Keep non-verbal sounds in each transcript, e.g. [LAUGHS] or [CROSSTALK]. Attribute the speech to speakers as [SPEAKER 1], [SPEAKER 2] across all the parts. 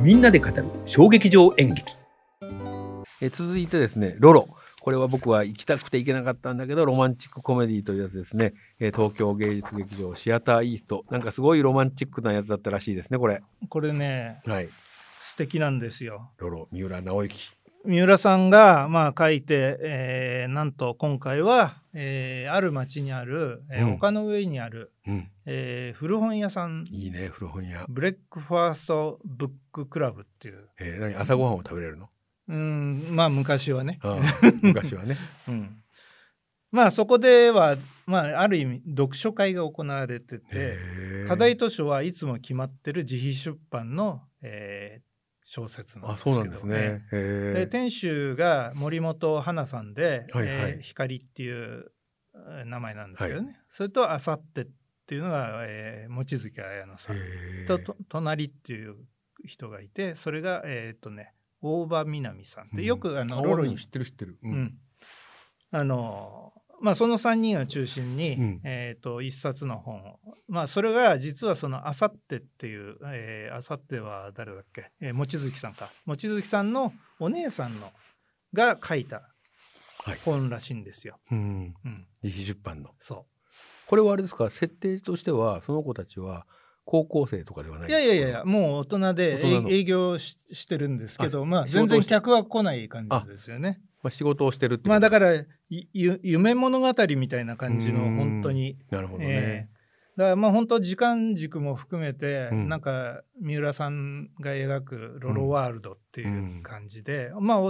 [SPEAKER 1] みんなで語る小劇場演劇
[SPEAKER 2] えー続いてですねロロこれは僕は行きたくて行けなかったんだけどロマンチックコメディというやつですね、えー東京芸術劇場シアターイーストなんかすごいロマンチックなやつだったらしいですねこれ
[SPEAKER 3] これね
[SPEAKER 2] はい
[SPEAKER 3] 素敵なんですよ
[SPEAKER 2] ロロ三浦直之
[SPEAKER 3] 三浦さんがまあ書いて、えーなんと今回は、えーある町にある、えー
[SPEAKER 2] うん
[SPEAKER 3] 丘の上にある、
[SPEAKER 2] うん
[SPEAKER 3] えー古本屋さん
[SPEAKER 2] いいね古本屋、
[SPEAKER 3] ブレックファーストブッククラブっていう
[SPEAKER 2] えー何朝ごはんを食べれるの
[SPEAKER 3] うんまあ昔はね、
[SPEAKER 2] [LAUGHS] あー昔はね
[SPEAKER 3] うん、まあそこでは、まあ、ある意味読書会が行われてて、
[SPEAKER 2] へー
[SPEAKER 3] 課題図書はいつも決まってる自費出版の、えー小説なん
[SPEAKER 2] あ
[SPEAKER 3] ですけ
[SPEAKER 2] そう
[SPEAKER 3] ど、ね、
[SPEAKER 2] なんですねへ
[SPEAKER 3] で
[SPEAKER 2] え
[SPEAKER 3] 店主が森本花さんで、
[SPEAKER 2] はいはい
[SPEAKER 3] えー光っていうえー名前なんですけどね、それと「あさって」っていうのが、えー、望月彩乃さんとと「隣」っていう人がいてそれがえーっとね大場みなみさんでよくあの、ロロに
[SPEAKER 2] 知ってる知ってる、う
[SPEAKER 3] う、ん、あのまあその3人を中心に、
[SPEAKER 2] うん
[SPEAKER 3] えー、と一冊の本をまあそれが実はその「あさって」っていうえーあさっては誰だっけ、えー、望月さんか望月さんのお姉さんのが書いた
[SPEAKER 2] はい
[SPEAKER 3] 本らしいんですよ。
[SPEAKER 2] うん、
[SPEAKER 3] うん、
[SPEAKER 2] 自費出版の
[SPEAKER 3] そ
[SPEAKER 2] これはあれですか設定としてはその子たちは高校生とかではな
[SPEAKER 3] う
[SPEAKER 2] い
[SPEAKER 3] いやいやいやいやもう大人で
[SPEAKER 2] 大人の
[SPEAKER 3] 営営業ししてるんですけどまあ
[SPEAKER 2] 仕事を
[SPEAKER 3] 全
[SPEAKER 2] し
[SPEAKER 3] 然客は来ない感じですよね。
[SPEAKER 2] まあ、仕事をしてるってこと
[SPEAKER 3] まあだからいゆ夢物語みたいな感じの
[SPEAKER 2] うん
[SPEAKER 3] 本当に
[SPEAKER 2] なるほどね、
[SPEAKER 3] ええだからまあ本当時間軸も含めて、
[SPEAKER 2] うん
[SPEAKER 3] なんか三浦さんが描くロロワールドっていう感じで、まあ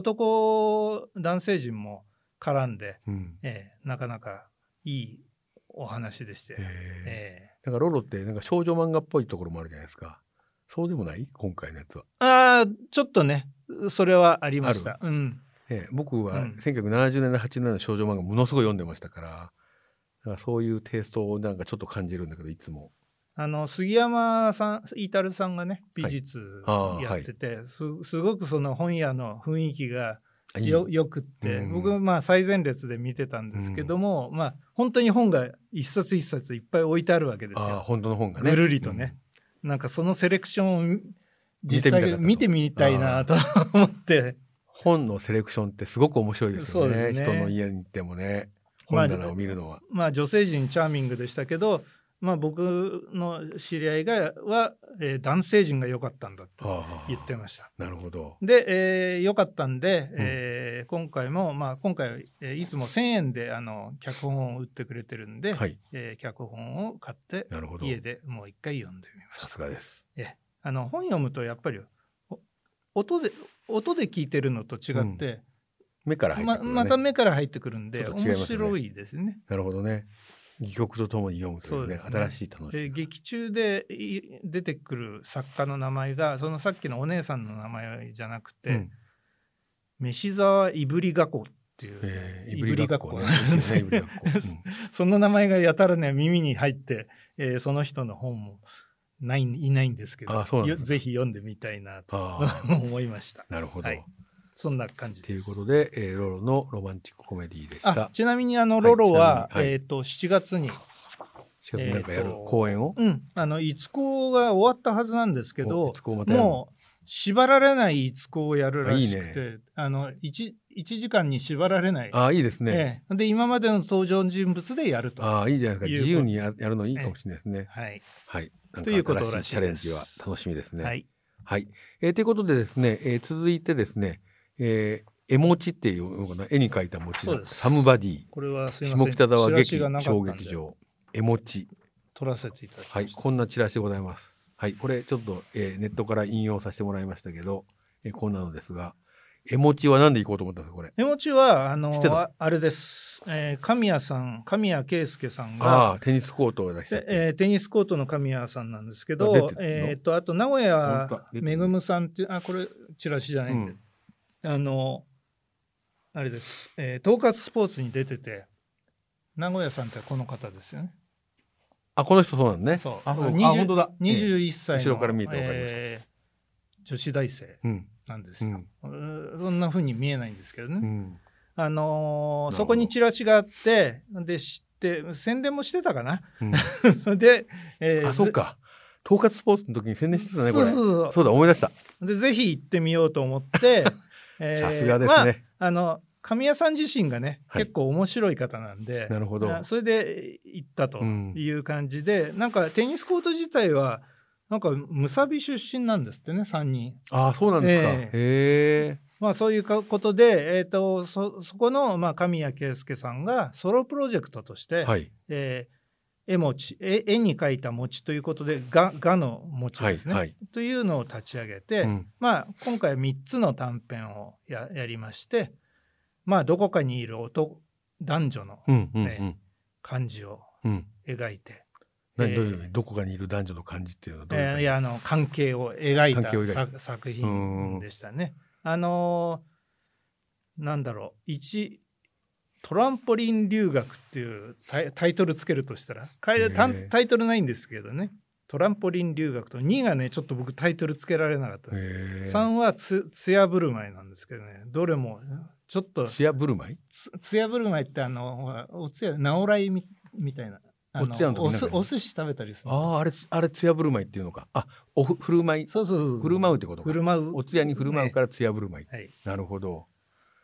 [SPEAKER 3] 男男性陣も絡んで、
[SPEAKER 2] うん
[SPEAKER 3] ええなかなかいいお話でして、
[SPEAKER 2] へ
[SPEAKER 3] え
[SPEAKER 2] え
[SPEAKER 3] え
[SPEAKER 2] なんかロロってなんか少女漫画っぽいところもあるじゃないですかそうでもない今回のやつは、
[SPEAKER 3] ああちょっとねそれはありました。うん
[SPEAKER 2] ええ僕は
[SPEAKER 3] うん
[SPEAKER 2] 1970年代8年代の少女漫画ものすごい読んでましたからだからそういうテイストをなんかちょっと感じるんだけどいつも
[SPEAKER 3] あの杉山さん、イタルさんがね美術
[SPEAKER 2] ああ
[SPEAKER 3] やってて、すすごくその本屋の雰囲気が
[SPEAKER 2] あいい
[SPEAKER 3] よよくって、
[SPEAKER 2] うん
[SPEAKER 3] 僕まあ最前列で見てたんですけども、まあ本当に本が一冊一冊いっぱい置いてあるわけです
[SPEAKER 2] ああ
[SPEAKER 3] よ。
[SPEAKER 2] 本当の本がね
[SPEAKER 3] ぐるりとね、なんかそのセレクションを実際
[SPEAKER 2] 見
[SPEAKER 3] 見
[SPEAKER 2] て
[SPEAKER 3] て
[SPEAKER 2] み
[SPEAKER 3] み
[SPEAKER 2] た
[SPEAKER 3] た
[SPEAKER 2] い
[SPEAKER 3] い
[SPEAKER 2] な
[SPEAKER 3] な
[SPEAKER 2] と
[SPEAKER 3] と [LAUGHS] 思って、
[SPEAKER 2] 本のセレクションってすごく面白いですよ
[SPEAKER 3] そう
[SPEAKER 2] ね
[SPEAKER 3] ですね
[SPEAKER 2] 人の家に行ってもね
[SPEAKER 3] まあ
[SPEAKER 2] 本棚を見るのは、
[SPEAKER 3] まあ女性陣チャーミングでしたけど、まあ僕の知り合いがは、えー男性陣が良かったんだって
[SPEAKER 2] ああ
[SPEAKER 3] 言ってました。
[SPEAKER 2] なるほど
[SPEAKER 3] で、えー良かったんで、えー今回も、まあ、今回は、えーいつも1,000円であの脚本を売ってくれてるんで、
[SPEAKER 2] はい
[SPEAKER 3] えー脚本を買って
[SPEAKER 2] なるほど
[SPEAKER 3] 家でもう一回読んでみま
[SPEAKER 2] さ
[SPEAKER 3] し
[SPEAKER 2] す
[SPEAKER 3] た。
[SPEAKER 2] がです
[SPEAKER 3] あの本読むとやっぱりお音で音で聞いてるのと違って、
[SPEAKER 2] 目から入って
[SPEAKER 3] ま
[SPEAKER 2] くる、ね
[SPEAKER 3] また目から入ってくるんで、
[SPEAKER 2] ちょっと違い
[SPEAKER 3] 面
[SPEAKER 2] ますよね
[SPEAKER 3] 白いですね。
[SPEAKER 2] なるほどね。戯曲とともに読むとい
[SPEAKER 3] そうう
[SPEAKER 2] ね、
[SPEAKER 3] ですね
[SPEAKER 2] 新しい楽し
[SPEAKER 3] で
[SPEAKER 2] み。
[SPEAKER 3] 劇中でい出てくる作家の名前がそのさっきのお姉さんの名前じゃなくて、
[SPEAKER 2] うん
[SPEAKER 3] 飯沢いぶりがこっていう、
[SPEAKER 2] えーい
[SPEAKER 3] い
[SPEAKER 2] ぶ
[SPEAKER 3] ぶ
[SPEAKER 2] り
[SPEAKER 3] り
[SPEAKER 2] が
[SPEAKER 3] が
[SPEAKER 2] っ
[SPEAKER 3] っ
[SPEAKER 2] こ
[SPEAKER 3] こ
[SPEAKER 2] ね。
[SPEAKER 3] なんです
[SPEAKER 2] い
[SPEAKER 3] よ
[SPEAKER 2] ぶりがっこ
[SPEAKER 3] その名前がやたらね耳に入って、えーその人の本もないいないんですけど [LAUGHS]
[SPEAKER 2] あそうなんだ
[SPEAKER 3] よぜひ読んでみたいなと
[SPEAKER 2] あ
[SPEAKER 3] [LAUGHS] 思いました。
[SPEAKER 2] なるほど。
[SPEAKER 3] は
[SPEAKER 2] と、
[SPEAKER 3] いそんな感じ
[SPEAKER 2] い、
[SPEAKER 3] で
[SPEAKER 2] う
[SPEAKER 3] す。
[SPEAKER 2] ことで、えーロロのロマンチックコメディでし
[SPEAKER 3] あ
[SPEAKER 2] た。
[SPEAKER 3] ちなみにあ
[SPEAKER 2] は
[SPEAKER 3] の
[SPEAKER 2] い
[SPEAKER 3] ロロは、
[SPEAKER 2] ちなみにはい
[SPEAKER 3] えっ、と7月に、
[SPEAKER 2] しかもなんかやる
[SPEAKER 3] えーと
[SPEAKER 2] 公演を、
[SPEAKER 3] うん、あのいつこが終わったはずなんですけ
[SPEAKER 2] おい
[SPEAKER 3] ど
[SPEAKER 2] つ、こまたやるの
[SPEAKER 3] もう縛られないいつこをやるらし
[SPEAKER 2] あいい
[SPEAKER 3] くて、あ
[SPEAKER 2] ね
[SPEAKER 3] の 1, 一時間に縛られない。
[SPEAKER 2] ああ、いいですね。
[SPEAKER 3] ええで今までの登場人物でやると。
[SPEAKER 2] ああ、いいじゃないですか。
[SPEAKER 3] いうこ
[SPEAKER 2] 自由
[SPEAKER 3] と
[SPEAKER 2] にややるのいいかもしれないですね。
[SPEAKER 3] はい。
[SPEAKER 2] はい。なん
[SPEAKER 3] ということ
[SPEAKER 2] 新
[SPEAKER 3] ら
[SPEAKER 2] しい
[SPEAKER 3] し
[SPEAKER 2] チ
[SPEAKER 3] い
[SPEAKER 2] ャレン
[SPEAKER 3] で
[SPEAKER 2] ジは
[SPEAKER 3] す
[SPEAKER 2] 楽しみですね。
[SPEAKER 3] はい。
[SPEAKER 2] はい。えーということでですね、えー続いてですね、えー絵餅っていうのかな、絵に描いた餅
[SPEAKER 3] そう
[SPEAKER 2] の
[SPEAKER 3] です
[SPEAKER 2] サムバディ。
[SPEAKER 3] これはすいませ
[SPEAKER 2] 下
[SPEAKER 3] ん。
[SPEAKER 2] 北沢劇
[SPEAKER 3] チラシがなかった
[SPEAKER 2] 小
[SPEAKER 3] んで
[SPEAKER 2] 劇場絵餅
[SPEAKER 3] 取らせていただきました。
[SPEAKER 2] はいこんなチラシでございますはいこれちょっと、えーネットから引用させてもらいましたけど、えーこんなのですが絵餅は何でいこうと思ったんですかこれ
[SPEAKER 3] メモ中はあの
[SPEAKER 2] 知ってた
[SPEAKER 3] ああれです、えー、神谷さん神谷圭介さんが
[SPEAKER 2] ああーテニスコートを出したっ
[SPEAKER 3] で
[SPEAKER 2] け
[SPEAKER 3] えーテニスコートの神谷さんなんですけ
[SPEAKER 2] あ出て
[SPEAKER 3] ど
[SPEAKER 2] るの
[SPEAKER 3] えー、とあと名古屋
[SPEAKER 2] 本当だ出てる
[SPEAKER 3] めぐむさんっていうあこれチラシじゃないんで、あのあれです、えー、統括スポーツに出てて名古屋さんってこの方ですよね
[SPEAKER 2] あこの人そうなのね
[SPEAKER 3] そう
[SPEAKER 2] あそう
[SPEAKER 3] 20
[SPEAKER 2] あ本当だえー
[SPEAKER 3] 21歳の、
[SPEAKER 2] 後ろから見えてわかりました
[SPEAKER 3] えー女子大生
[SPEAKER 2] うん
[SPEAKER 3] なんです
[SPEAKER 2] う
[SPEAKER 3] よ、
[SPEAKER 2] ん
[SPEAKER 3] うーそんな風に見えないんですけどね、
[SPEAKER 2] うんな
[SPEAKER 3] あ
[SPEAKER 2] るほ
[SPEAKER 3] のー
[SPEAKER 2] ど
[SPEAKER 3] そこにチラシがあ
[SPEAKER 2] [LAUGHS]
[SPEAKER 3] ってで知って宣伝もしてたかな
[SPEAKER 2] うん
[SPEAKER 3] それで、えー
[SPEAKER 2] あそうか統括スポーツの時に宣伝してたねこ
[SPEAKER 3] そう
[SPEAKER 2] れ
[SPEAKER 3] そうそう
[SPEAKER 2] そうだ思い出した
[SPEAKER 3] でぜひ行ってみようと思って、
[SPEAKER 2] [LAUGHS]
[SPEAKER 3] えー
[SPEAKER 2] さすがですね、
[SPEAKER 3] まあ、あの神谷さん自身がね、
[SPEAKER 2] はい
[SPEAKER 3] 結構面白い方なんで
[SPEAKER 2] なるほど
[SPEAKER 3] あそれで行ったと
[SPEAKER 2] うん
[SPEAKER 3] いう感じで、なんかテニスコート自体はなんかムサビ出身なんですってね3人。
[SPEAKER 2] ああそうなんですか、
[SPEAKER 3] え
[SPEAKER 2] へえ
[SPEAKER 3] まあ、そういうかことで、えー、とそそこの、まあ、神谷圭介さんがソロプロジェクトとして、
[SPEAKER 2] はい
[SPEAKER 3] えー絵餅絵絵に描いた餅ということで「が」がの餅
[SPEAKER 2] はい
[SPEAKER 3] ですね、
[SPEAKER 2] はい、
[SPEAKER 3] というのを立ち上げて、
[SPEAKER 2] うん
[SPEAKER 3] まあ、今回3つの短編をややりまして、まあ、どこかにいる男男女の
[SPEAKER 2] うんうんうん、
[SPEAKER 3] ね感じを
[SPEAKER 2] うん
[SPEAKER 3] 描いて、
[SPEAKER 2] 何
[SPEAKER 3] えー
[SPEAKER 2] どういうどこかにいる男女の感じっていうのはどういう
[SPEAKER 3] え
[SPEAKER 2] 感
[SPEAKER 3] ー
[SPEAKER 2] じ
[SPEAKER 3] いやあの関係を描い
[SPEAKER 2] 関係を描い
[SPEAKER 3] た
[SPEAKER 2] た
[SPEAKER 3] 作作品でしたね。あのーなんだろう1トランポリン留学っていうタイタイトルつけるとしたらかえタン
[SPEAKER 2] へえ
[SPEAKER 3] タイトルないんですけどねトランポリン留学と2がねちょっと僕タイトルつけられなかった、
[SPEAKER 2] へえ
[SPEAKER 3] 3はつ艶振る舞いなんですけどねどれもちょっと
[SPEAKER 2] シアブルマイ
[SPEAKER 3] つ艶振る舞いってあのほらおつや直来みみたいなあ
[SPEAKER 2] おつやの時
[SPEAKER 3] お
[SPEAKER 2] なんか
[SPEAKER 3] す
[SPEAKER 2] ね
[SPEAKER 3] お寿司食べたりする
[SPEAKER 2] あああれあれツヤブルマイっていうのかあおふ振る舞い
[SPEAKER 3] そうそうそうそう
[SPEAKER 2] 振る舞うってことか
[SPEAKER 3] 振る舞う
[SPEAKER 2] おつやに振る舞うからツヤブルマイ、
[SPEAKER 3] はい、
[SPEAKER 2] なるほど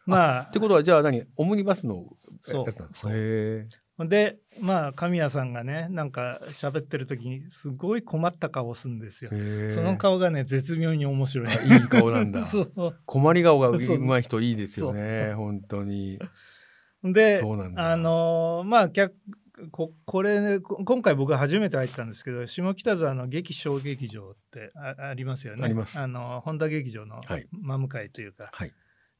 [SPEAKER 3] ま
[SPEAKER 2] ってことはじゃあ何オムニバスの
[SPEAKER 3] そう
[SPEAKER 2] やつなんですかへ
[SPEAKER 3] あでまあ神谷さんがねなんか喋ってる時にすごい困った顔をするんですよ
[SPEAKER 2] え。へえ
[SPEAKER 3] その顔がね絶妙に面白い。
[SPEAKER 2] いい顔なんだ
[SPEAKER 3] [LAUGHS] そう
[SPEAKER 2] 困り顔がう
[SPEAKER 3] そう
[SPEAKER 2] まい人いいですよね本当に
[SPEAKER 3] で
[SPEAKER 2] そうなんだ
[SPEAKER 3] あのーまあ客ここれ、ね、こ今回僕初めて入ったんですけど下北沢の劇小劇場ってあありますよね
[SPEAKER 2] あります
[SPEAKER 3] の本田劇場の
[SPEAKER 2] はい
[SPEAKER 3] 真向かいというか、
[SPEAKER 2] はい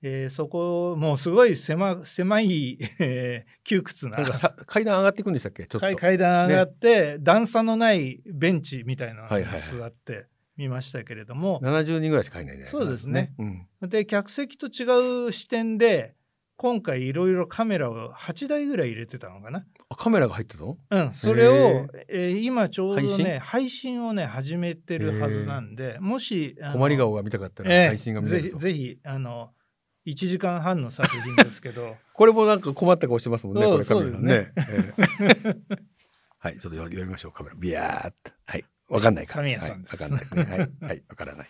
[SPEAKER 3] えーそこもうすごい狭狭い、えー窮屈な
[SPEAKER 2] なん
[SPEAKER 3] [LAUGHS]
[SPEAKER 2] かさ階段上がっていくんでしたっけちょっと
[SPEAKER 3] 階階段上がって、段差のないベンチみたいなの
[SPEAKER 2] はい
[SPEAKER 3] に
[SPEAKER 2] はいはい
[SPEAKER 3] 座ってみましたけれども、
[SPEAKER 2] 70人ぐらいしかいないじゃないかな
[SPEAKER 3] そうですね
[SPEAKER 2] うん
[SPEAKER 3] で客席と違う視点で今回いろいろカメラを8台ぐらい入れてたのかな、
[SPEAKER 2] あカメラが入ってたの
[SPEAKER 3] うん、それを、えー今ちょうどね配信をね始めてるはずなんでもしあの
[SPEAKER 2] 困り顔が見たかったら
[SPEAKER 3] ええ
[SPEAKER 2] 配信が見れると、
[SPEAKER 3] ぜひぜひあの1時間半の作品ですけど
[SPEAKER 2] これもなんか困った顔してますもんね
[SPEAKER 3] そう
[SPEAKER 2] これカメラねええ [LAUGHS] はいちょっと読みましょうカメラビヤーっとはいわかんないか
[SPEAKER 3] 神谷さんです
[SPEAKER 2] はいわかんないねはいはいわからない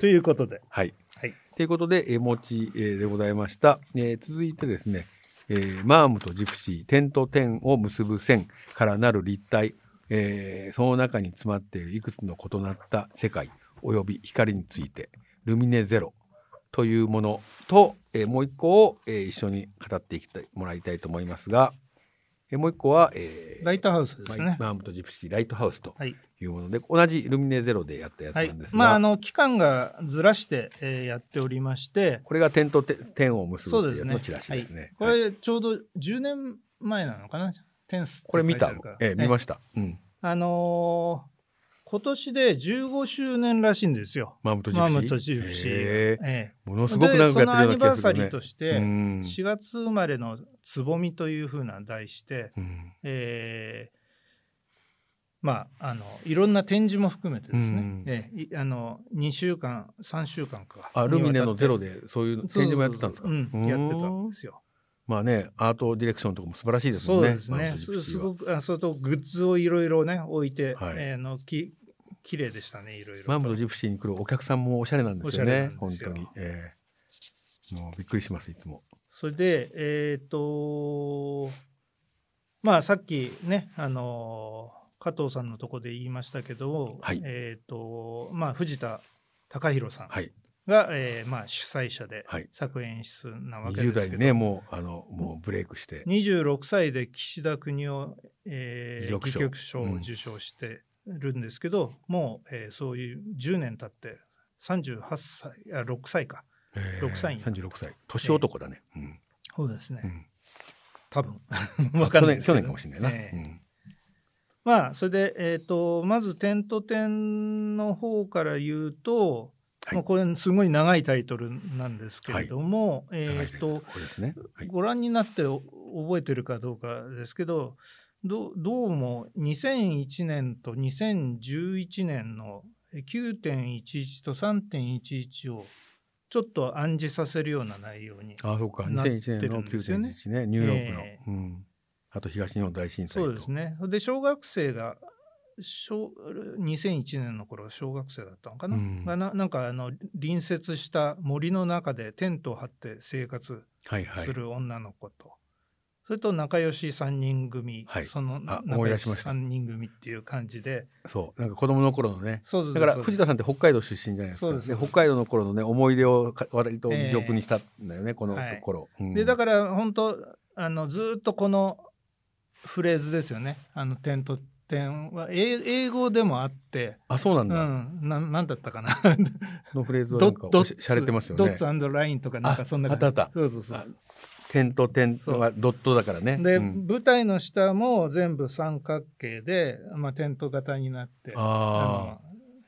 [SPEAKER 3] ということで、
[SPEAKER 2] はい
[SPEAKER 3] はい、
[SPEAKER 2] ということで、えー、持ち、えーでございました。えー続いてですね、えーマームとジプシー、点と点を結ぶ線からなる立体、えーその中に詰まっているいくつの異なった世界及び光について、ルミネゼロというものと、えーもう一個を、えー一緒に語っていきたいもらいたいと思いますが、えーもう一個は、えー
[SPEAKER 3] ライトハウスですね。
[SPEAKER 2] マームとジプシー、ライトハウスと
[SPEAKER 3] はい
[SPEAKER 2] いうもので、同じルミネゼロでやったやつな
[SPEAKER 3] は
[SPEAKER 2] ん
[SPEAKER 3] い
[SPEAKER 2] で、すが、
[SPEAKER 3] まああの期間がずらして、えーやっておりまして
[SPEAKER 2] これが点とて点を結ぶ
[SPEAKER 3] そう
[SPEAKER 2] って
[SPEAKER 3] で
[SPEAKER 2] い
[SPEAKER 3] す
[SPEAKER 2] う
[SPEAKER 3] ね
[SPEAKER 2] のチラシですね。
[SPEAKER 3] こ
[SPEAKER 2] はい
[SPEAKER 3] れちょうど10年前なのかなテンスって
[SPEAKER 2] これ見た
[SPEAKER 3] 書いてあるから
[SPEAKER 2] ええ、見ま
[SPEAKER 3] ね
[SPEAKER 2] した。うん。
[SPEAKER 3] あのー今年で15周年らしいんですよ
[SPEAKER 2] マムとジプ
[SPEAKER 3] マ
[SPEAKER 2] シー。
[SPEAKER 3] ムとジプシー、
[SPEAKER 2] ええ
[SPEAKER 3] え
[SPEAKER 2] もの
[SPEAKER 3] え
[SPEAKER 2] すごく長く
[SPEAKER 3] その
[SPEAKER 2] や
[SPEAKER 3] ア
[SPEAKER 2] ってるような
[SPEAKER 3] ニ
[SPEAKER 2] 気が
[SPEAKER 3] バー
[SPEAKER 2] す
[SPEAKER 3] サ
[SPEAKER 2] る
[SPEAKER 3] リ
[SPEAKER 2] ね。
[SPEAKER 3] ーと
[SPEAKER 2] う
[SPEAKER 3] して
[SPEAKER 2] ん
[SPEAKER 3] 4月生まれのつぼみというふうな題して、
[SPEAKER 2] うん
[SPEAKER 3] えーまあ、あのいろんな展示も含めてです
[SPEAKER 2] う
[SPEAKER 3] ね、
[SPEAKER 2] ん
[SPEAKER 3] ええいあの2週間3週間か
[SPEAKER 2] あルミネのゼロ
[SPEAKER 3] で
[SPEAKER 2] でそういう展示もやってたんですか。
[SPEAKER 3] うん、やってた
[SPEAKER 2] う
[SPEAKER 3] んで
[SPEAKER 2] ん
[SPEAKER 3] すよ
[SPEAKER 2] まあね、アートディレクションとかも素晴らしいです
[SPEAKER 3] そ
[SPEAKER 2] も
[SPEAKER 3] うん
[SPEAKER 2] ね。
[SPEAKER 3] です
[SPEAKER 2] マム
[SPEAKER 3] ね。
[SPEAKER 2] とジ
[SPEAKER 3] す
[SPEAKER 2] プシ
[SPEAKER 3] す
[SPEAKER 2] ーは
[SPEAKER 3] ごくあそれとグッズをいろいろね置いて、
[SPEAKER 2] はい
[SPEAKER 3] えーのき綺麗でしたねいろいろと。
[SPEAKER 2] マムとジプシーに来るお客さんもおしゃれなんですよ
[SPEAKER 3] おしゃれ
[SPEAKER 2] ね
[SPEAKER 3] な。んで
[SPEAKER 2] 本
[SPEAKER 3] すよ
[SPEAKER 2] 当に。ええもうびっくりしますいつも。
[SPEAKER 3] それでえっ、とまあさっきねあの加藤さんのとこで言いましたけど、
[SPEAKER 2] はい
[SPEAKER 3] えっ、とまあ藤田隆弘さんが、
[SPEAKER 2] はい。
[SPEAKER 3] えーまあ主催者で
[SPEAKER 2] はい
[SPEAKER 3] 作演出なわけ
[SPEAKER 2] 20
[SPEAKER 3] です
[SPEAKER 2] 代
[SPEAKER 3] け
[SPEAKER 2] に
[SPEAKER 3] ど。
[SPEAKER 2] ねもうあのもうブレイクして。
[SPEAKER 3] 26歳で岸田邦夫、え
[SPEAKER 2] 戯
[SPEAKER 3] ー、
[SPEAKER 2] 曲
[SPEAKER 3] 戯
[SPEAKER 2] 賞
[SPEAKER 3] 曲賞
[SPEAKER 2] う
[SPEAKER 3] を
[SPEAKER 2] ん
[SPEAKER 3] 受賞してるんですけど、もう、えーそういう10年経って38歳あ6歳か6歳
[SPEAKER 2] 三十六歳。年男だね。うん。
[SPEAKER 3] そうですね、
[SPEAKER 2] うん
[SPEAKER 3] 多分
[SPEAKER 2] まあ
[SPEAKER 3] [LAUGHS] わかんないですけ
[SPEAKER 2] 去年去年
[SPEAKER 3] ど
[SPEAKER 2] かもしれないな。
[SPEAKER 3] ええ
[SPEAKER 2] うん
[SPEAKER 3] まあそれで、えー、とまず点と点の方から言うと、
[SPEAKER 2] はい
[SPEAKER 3] まあ、これすごい長いタイトルなんですけれども、えっ、
[SPEAKER 2] 長いね
[SPEAKER 3] と
[SPEAKER 2] これですね。はい。
[SPEAKER 3] ご覧になってお覚えてるかどうかですけどどうどうも2001年と2011年の9.11と3.11をちょっと暗示させるような内容に
[SPEAKER 2] ああ、そうか。
[SPEAKER 3] なってるん
[SPEAKER 2] 2001年の
[SPEAKER 3] ですよね
[SPEAKER 2] 9.11ね、ニューヨークの。
[SPEAKER 3] え
[SPEAKER 2] うん。あと東日本大震災と。
[SPEAKER 3] そうですねで小学生が小2001年の頃小学生だったのかな,、
[SPEAKER 2] うん
[SPEAKER 3] がななんかあの隣接した森の中でテントを張って生活
[SPEAKER 2] はいはい
[SPEAKER 3] す。る女の子と、それと仲良し3人組、
[SPEAKER 2] はい
[SPEAKER 3] その
[SPEAKER 2] あ
[SPEAKER 3] 仲
[SPEAKER 2] 思い
[SPEAKER 3] 良
[SPEAKER 2] 出
[SPEAKER 3] し
[SPEAKER 2] しました
[SPEAKER 3] 3人組っていう感じで
[SPEAKER 2] そう。なんか子供の頃のね。
[SPEAKER 3] そうそう
[SPEAKER 2] だから
[SPEAKER 3] そう
[SPEAKER 2] 藤田さんって北海道出身じゃないですか。
[SPEAKER 3] そうです
[SPEAKER 2] で北海道の頃のね思い出をか割と魅力にしたんだよね、この
[SPEAKER 3] はい
[SPEAKER 2] 頃。うん
[SPEAKER 3] でだから本当あのずーっとこのフレーズですよねあの点と点は英英語でもあって、
[SPEAKER 2] あそうなん
[SPEAKER 3] う
[SPEAKER 2] だ。
[SPEAKER 3] ん、ななんだったかな
[SPEAKER 2] このフレーズはな
[SPEAKER 3] ド
[SPEAKER 2] んかおしゃれてますよ
[SPEAKER 3] ド
[SPEAKER 2] ね
[SPEAKER 3] ッ。ツラインとかなんかそんな
[SPEAKER 2] ああったあった
[SPEAKER 3] そうそうそうそう
[SPEAKER 2] 点と点はドットだからね。
[SPEAKER 3] で、
[SPEAKER 2] うん
[SPEAKER 3] 舞台の下も全部三角形で、まあ、テント型になって
[SPEAKER 2] あ
[SPEAKER 3] の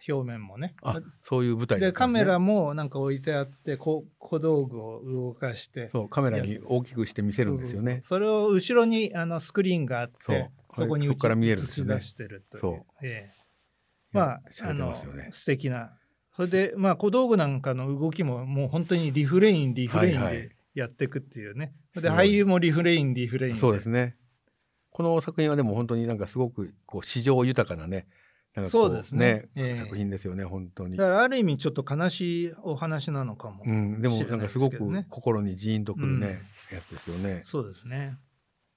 [SPEAKER 3] 表面もね
[SPEAKER 2] ああそういう舞台だ
[SPEAKER 3] で
[SPEAKER 2] った
[SPEAKER 3] カ
[SPEAKER 2] んですね
[SPEAKER 3] メラもなんか置いてあってこう小道具を動かして
[SPEAKER 2] そうカメラに大きくして見せるんですよね。
[SPEAKER 3] そうそうそうそれを後ろにあのスクリーンがあって
[SPEAKER 2] そう
[SPEAKER 3] そこに
[SPEAKER 2] そこから見えるん
[SPEAKER 3] 映
[SPEAKER 2] ですよ
[SPEAKER 3] し
[SPEAKER 2] ね
[SPEAKER 3] 出してるという
[SPEAKER 2] そう
[SPEAKER 3] ええまあ
[SPEAKER 2] しゃ
[SPEAKER 3] あ
[SPEAKER 2] れて
[SPEAKER 3] の
[SPEAKER 2] ますよね。
[SPEAKER 3] 素敵なそれでまあ小道具なんかの動きももう本当にリフレインリフレイン
[SPEAKER 2] はいはい
[SPEAKER 3] でやっていくっていうね、それ
[SPEAKER 2] すごい
[SPEAKER 3] で俳優もリフレインリフレイン
[SPEAKER 2] そうですね。この作品はでも本当になんかすごくこう市場豊かなね、なんかこ
[SPEAKER 3] そうですねええ
[SPEAKER 2] 作品ですよね本当に
[SPEAKER 3] だ。からある意味ちょっと悲しいお話なのかも、
[SPEAKER 2] うん、でもなんかすごく
[SPEAKER 3] 知らないですけどね
[SPEAKER 2] 心にジーンとくるね、やつですよね。
[SPEAKER 3] そうですね、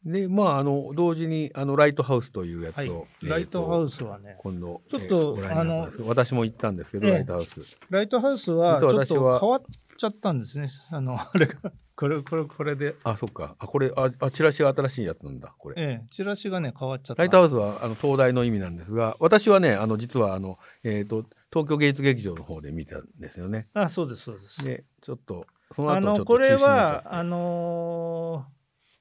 [SPEAKER 2] で、まああの同時にあのライトハウスというやつを、
[SPEAKER 3] はい
[SPEAKER 2] えーと
[SPEAKER 3] ライトハウスはね
[SPEAKER 2] 今度
[SPEAKER 3] ちょっと
[SPEAKER 2] えーご覧になったんですけど私も行ったんですけど、
[SPEAKER 3] ええ
[SPEAKER 2] ライトハウス。
[SPEAKER 3] ライトハウスはち
[SPEAKER 2] 実
[SPEAKER 3] ょ
[SPEAKER 2] は
[SPEAKER 3] っ
[SPEAKER 2] 私は
[SPEAKER 3] と変わっちゃったんですねあのあれがこれこれこれで、
[SPEAKER 2] あ、そっか。あこれああチラシは新しいやつなんだこれ。
[SPEAKER 3] ええ、チラシがね変わっちゃった
[SPEAKER 2] ライトハウスはあの東大の意味なんですが、私はねあの実はあのえっ、と東京芸術劇場の方で見たんですよね。
[SPEAKER 3] あそうですそうです
[SPEAKER 2] でちょっとその後
[SPEAKER 3] あ
[SPEAKER 2] ちょっ
[SPEAKER 3] の
[SPEAKER 2] と
[SPEAKER 3] これ
[SPEAKER 2] 中止になっちゃっ
[SPEAKER 3] は
[SPEAKER 2] て
[SPEAKER 3] あのー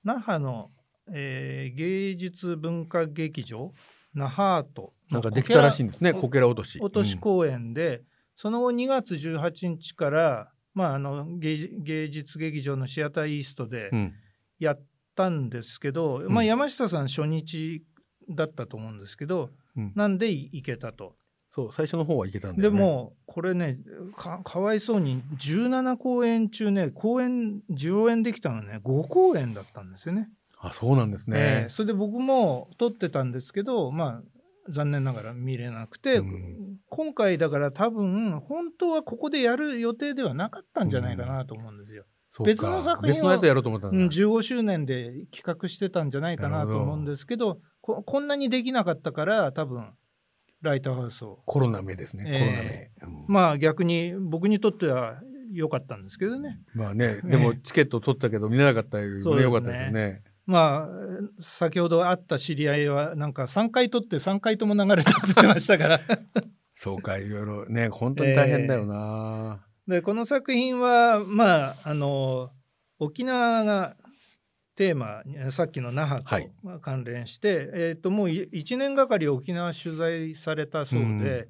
[SPEAKER 3] 那覇の、えー芸術文化劇場那覇アート
[SPEAKER 2] なんかできたらしいんですね
[SPEAKER 3] こけ
[SPEAKER 2] こけら落とし
[SPEAKER 3] 落とし公演で、その後2月18日から、まあ、あの芸術芸術劇場のシアターイーストで
[SPEAKER 2] うんうん
[SPEAKER 3] やったんですけど、
[SPEAKER 2] ん
[SPEAKER 3] まあ、山下さん初日だったと思うんですけど、
[SPEAKER 2] うん
[SPEAKER 3] なんで行けたと。
[SPEAKER 2] そう最初の方はいけたんだ
[SPEAKER 3] で
[SPEAKER 2] よね
[SPEAKER 3] もこれねかかわいそうに17公演中ね公演上演できたのね5公演だったんですよね。
[SPEAKER 2] あそうなんですね
[SPEAKER 3] えー、それで僕も撮ってたんですけどまあ残念ながら見れなくて、
[SPEAKER 2] うん
[SPEAKER 3] 今回だから多分本当はここでやる予定ではなかったんじゃないかなと思うんですよ。
[SPEAKER 2] そうか
[SPEAKER 3] 別の作品を
[SPEAKER 2] 別のやつやろうと思った
[SPEAKER 3] うん
[SPEAKER 2] んだ
[SPEAKER 3] 15周年で企画してたんじゃないかなと思うんですけどここんなにできなかったから多分ライトハウスを。
[SPEAKER 2] コロナ目ですねコロナ目
[SPEAKER 3] え
[SPEAKER 2] うん
[SPEAKER 3] まあ逆に僕にとっては良かったんですけどね。
[SPEAKER 2] まあねでも
[SPEAKER 3] ええ
[SPEAKER 2] チケット取ったけど見れなかったより
[SPEAKER 3] そ
[SPEAKER 2] も
[SPEAKER 3] う
[SPEAKER 2] ね
[SPEAKER 3] ですね
[SPEAKER 2] よかったですね
[SPEAKER 3] まあ先ほど会った知り合いはなんか3回撮って3回とも流れたって言ってまし
[SPEAKER 2] [LAUGHS]
[SPEAKER 3] たから。
[SPEAKER 2] そうかいろいろね本当に大変だよな
[SPEAKER 3] でこの作品はまああの沖縄がテーマにさっきの那覇
[SPEAKER 2] はい
[SPEAKER 3] とまあ関連して、えー、ともう1年がかり沖縄取材されたそうで、
[SPEAKER 2] うん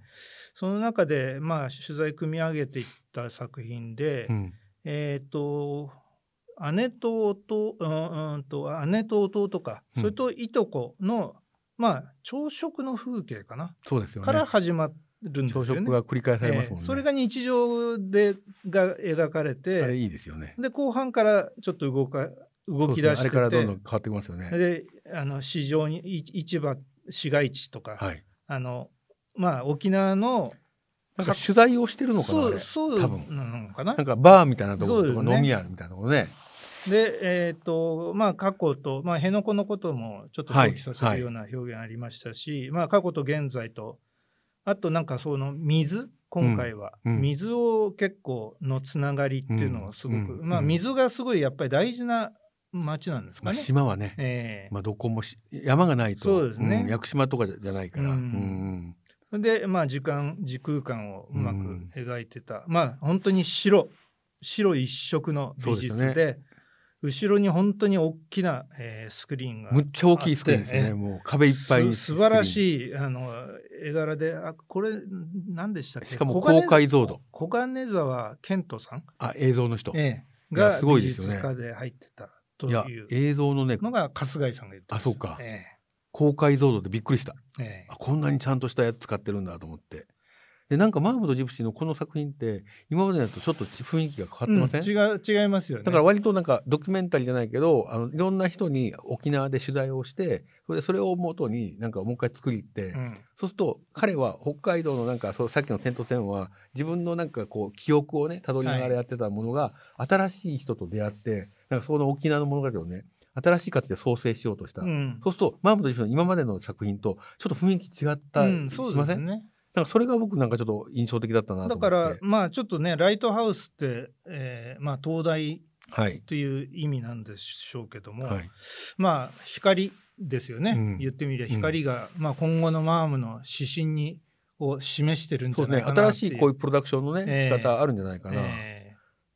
[SPEAKER 3] その中で、まあ、取材組み上げていった作品で、
[SPEAKER 2] うん
[SPEAKER 3] えっ、と姉と弟、うんうん、と姉と弟か、
[SPEAKER 2] うん
[SPEAKER 3] それといとこのまあ朝食の風景かな、
[SPEAKER 2] そうですよ
[SPEAKER 3] から
[SPEAKER 2] ね
[SPEAKER 3] 始まるんですよ
[SPEAKER 2] 朝
[SPEAKER 3] ね。
[SPEAKER 2] 食が繰り返されますもん
[SPEAKER 3] え
[SPEAKER 2] ね
[SPEAKER 3] えそれが日常でが描かれ
[SPEAKER 2] あれ
[SPEAKER 3] て
[SPEAKER 2] いいですよね
[SPEAKER 3] で後半からちょっと動か動き出し
[SPEAKER 2] そうですねあ
[SPEAKER 3] てて
[SPEAKER 2] れからどんどん変わってきますよね
[SPEAKER 3] であの市場にい市場市街地とか、
[SPEAKER 2] はい
[SPEAKER 3] あのまあ沖縄の
[SPEAKER 2] なんか取材をしてるのかな
[SPEAKER 3] そ
[SPEAKER 2] あ
[SPEAKER 3] う
[SPEAKER 2] れ
[SPEAKER 3] そうな
[SPEAKER 2] 多分
[SPEAKER 3] のかな
[SPEAKER 2] なんかバーみたいなとこ
[SPEAKER 3] そう
[SPEAKER 2] ろ
[SPEAKER 3] です
[SPEAKER 2] と
[SPEAKER 3] ね
[SPEAKER 2] か飲み屋みたいなところね。
[SPEAKER 3] でえっ、とまあ過去と、まあ、辺野古のこともちょっと
[SPEAKER 2] はい
[SPEAKER 3] 想起させるような表現ありましたし、まあ過去と現在とあとなんかその水今回は、
[SPEAKER 2] うんうん
[SPEAKER 3] 水を結構のつながりっていうのをすごく、
[SPEAKER 2] うん
[SPEAKER 3] まあ
[SPEAKER 2] うん
[SPEAKER 3] 水がすごいやっぱり大事な町なんです
[SPEAKER 2] ま
[SPEAKER 3] か
[SPEAKER 2] あ、
[SPEAKER 3] ね。
[SPEAKER 2] 島はね、
[SPEAKER 3] ええ
[SPEAKER 2] まあ、どこもし山がないと
[SPEAKER 3] そうですね
[SPEAKER 2] ん屋久島とかじゃじゃないから、
[SPEAKER 3] うん
[SPEAKER 2] うん
[SPEAKER 3] それでまあ時間時空間をうまく
[SPEAKER 2] うん
[SPEAKER 3] 描いてた、まあ本当に白白一色の美術
[SPEAKER 2] そう
[SPEAKER 3] で
[SPEAKER 2] で
[SPEAKER 3] 後ろに本当に大きな、えースクリーンが
[SPEAKER 2] むっちゃ大きいスクリーンですよ
[SPEAKER 3] あっ
[SPEAKER 2] ね、
[SPEAKER 3] て
[SPEAKER 2] もう壁いっぱいに
[SPEAKER 3] す素晴ら
[SPEAKER 2] い
[SPEAKER 3] しいあの絵柄であこれ何でしたっけ
[SPEAKER 2] しかも
[SPEAKER 3] 黄金
[SPEAKER 2] 高解像度
[SPEAKER 3] 黄金沢健人さん、
[SPEAKER 2] あ映像の人、
[SPEAKER 3] ええ
[SPEAKER 2] いや
[SPEAKER 3] が
[SPEAKER 2] すご
[SPEAKER 3] 美
[SPEAKER 2] いですよね
[SPEAKER 3] 術家で入ってたと
[SPEAKER 2] いや
[SPEAKER 3] いう
[SPEAKER 2] 映像のね
[SPEAKER 3] のが春日井さんが言ってました
[SPEAKER 2] あそうか
[SPEAKER 3] え
[SPEAKER 2] 高解像度でびっくりした
[SPEAKER 3] えええ
[SPEAKER 2] あこんなにちゃんとしたやつ使ってるんだと思ってでなんかマーブとジプシーのこの作品って今までのやつとちょっと雰囲気が変
[SPEAKER 3] う
[SPEAKER 2] わっ
[SPEAKER 3] ん
[SPEAKER 2] てません、
[SPEAKER 3] 違う違いますよね
[SPEAKER 2] だから割となんかドキュメンタリーじゃないけどあのいろんな人に沖縄で取材をしてそれでそれを元になんかもう一回作りって、
[SPEAKER 3] うん
[SPEAKER 2] そうすると彼は北海道のなんかそうさっきの点と線は自分のなんかこう記憶をねたどりながらやってたものが、新しい人と出会ってなんかその沖縄の物語をね新しい形で創生しようとした、
[SPEAKER 3] うん
[SPEAKER 2] そうするとマームとジプシーの今までの作品とちょっと雰囲気違った、
[SPEAKER 3] うん
[SPEAKER 2] し
[SPEAKER 3] そう
[SPEAKER 2] ま
[SPEAKER 3] で
[SPEAKER 2] せ
[SPEAKER 3] す
[SPEAKER 2] ん
[SPEAKER 3] ね
[SPEAKER 2] なんかそれが僕なんかちょっと印象的だったなと思
[SPEAKER 3] だ
[SPEAKER 2] って
[SPEAKER 3] からまあちょっとねライトハウスって、えーまあ、灯台
[SPEAKER 2] はい
[SPEAKER 3] という意味なんでしょうけども、
[SPEAKER 2] はい
[SPEAKER 3] まあ光ですよね、
[SPEAKER 2] うん
[SPEAKER 3] 言ってみりゃ光が、まあ、今後のマームの指針にを示してるんじ
[SPEAKER 2] そ
[SPEAKER 3] ゃ
[SPEAKER 2] うで
[SPEAKER 3] な
[SPEAKER 2] す
[SPEAKER 3] い
[SPEAKER 2] ね
[SPEAKER 3] か
[SPEAKER 2] 新
[SPEAKER 3] なって
[SPEAKER 2] し
[SPEAKER 3] いう
[SPEAKER 2] いこういうプロダクションのね、
[SPEAKER 3] ええ
[SPEAKER 2] 仕方あるんじゃないかな、
[SPEAKER 3] えー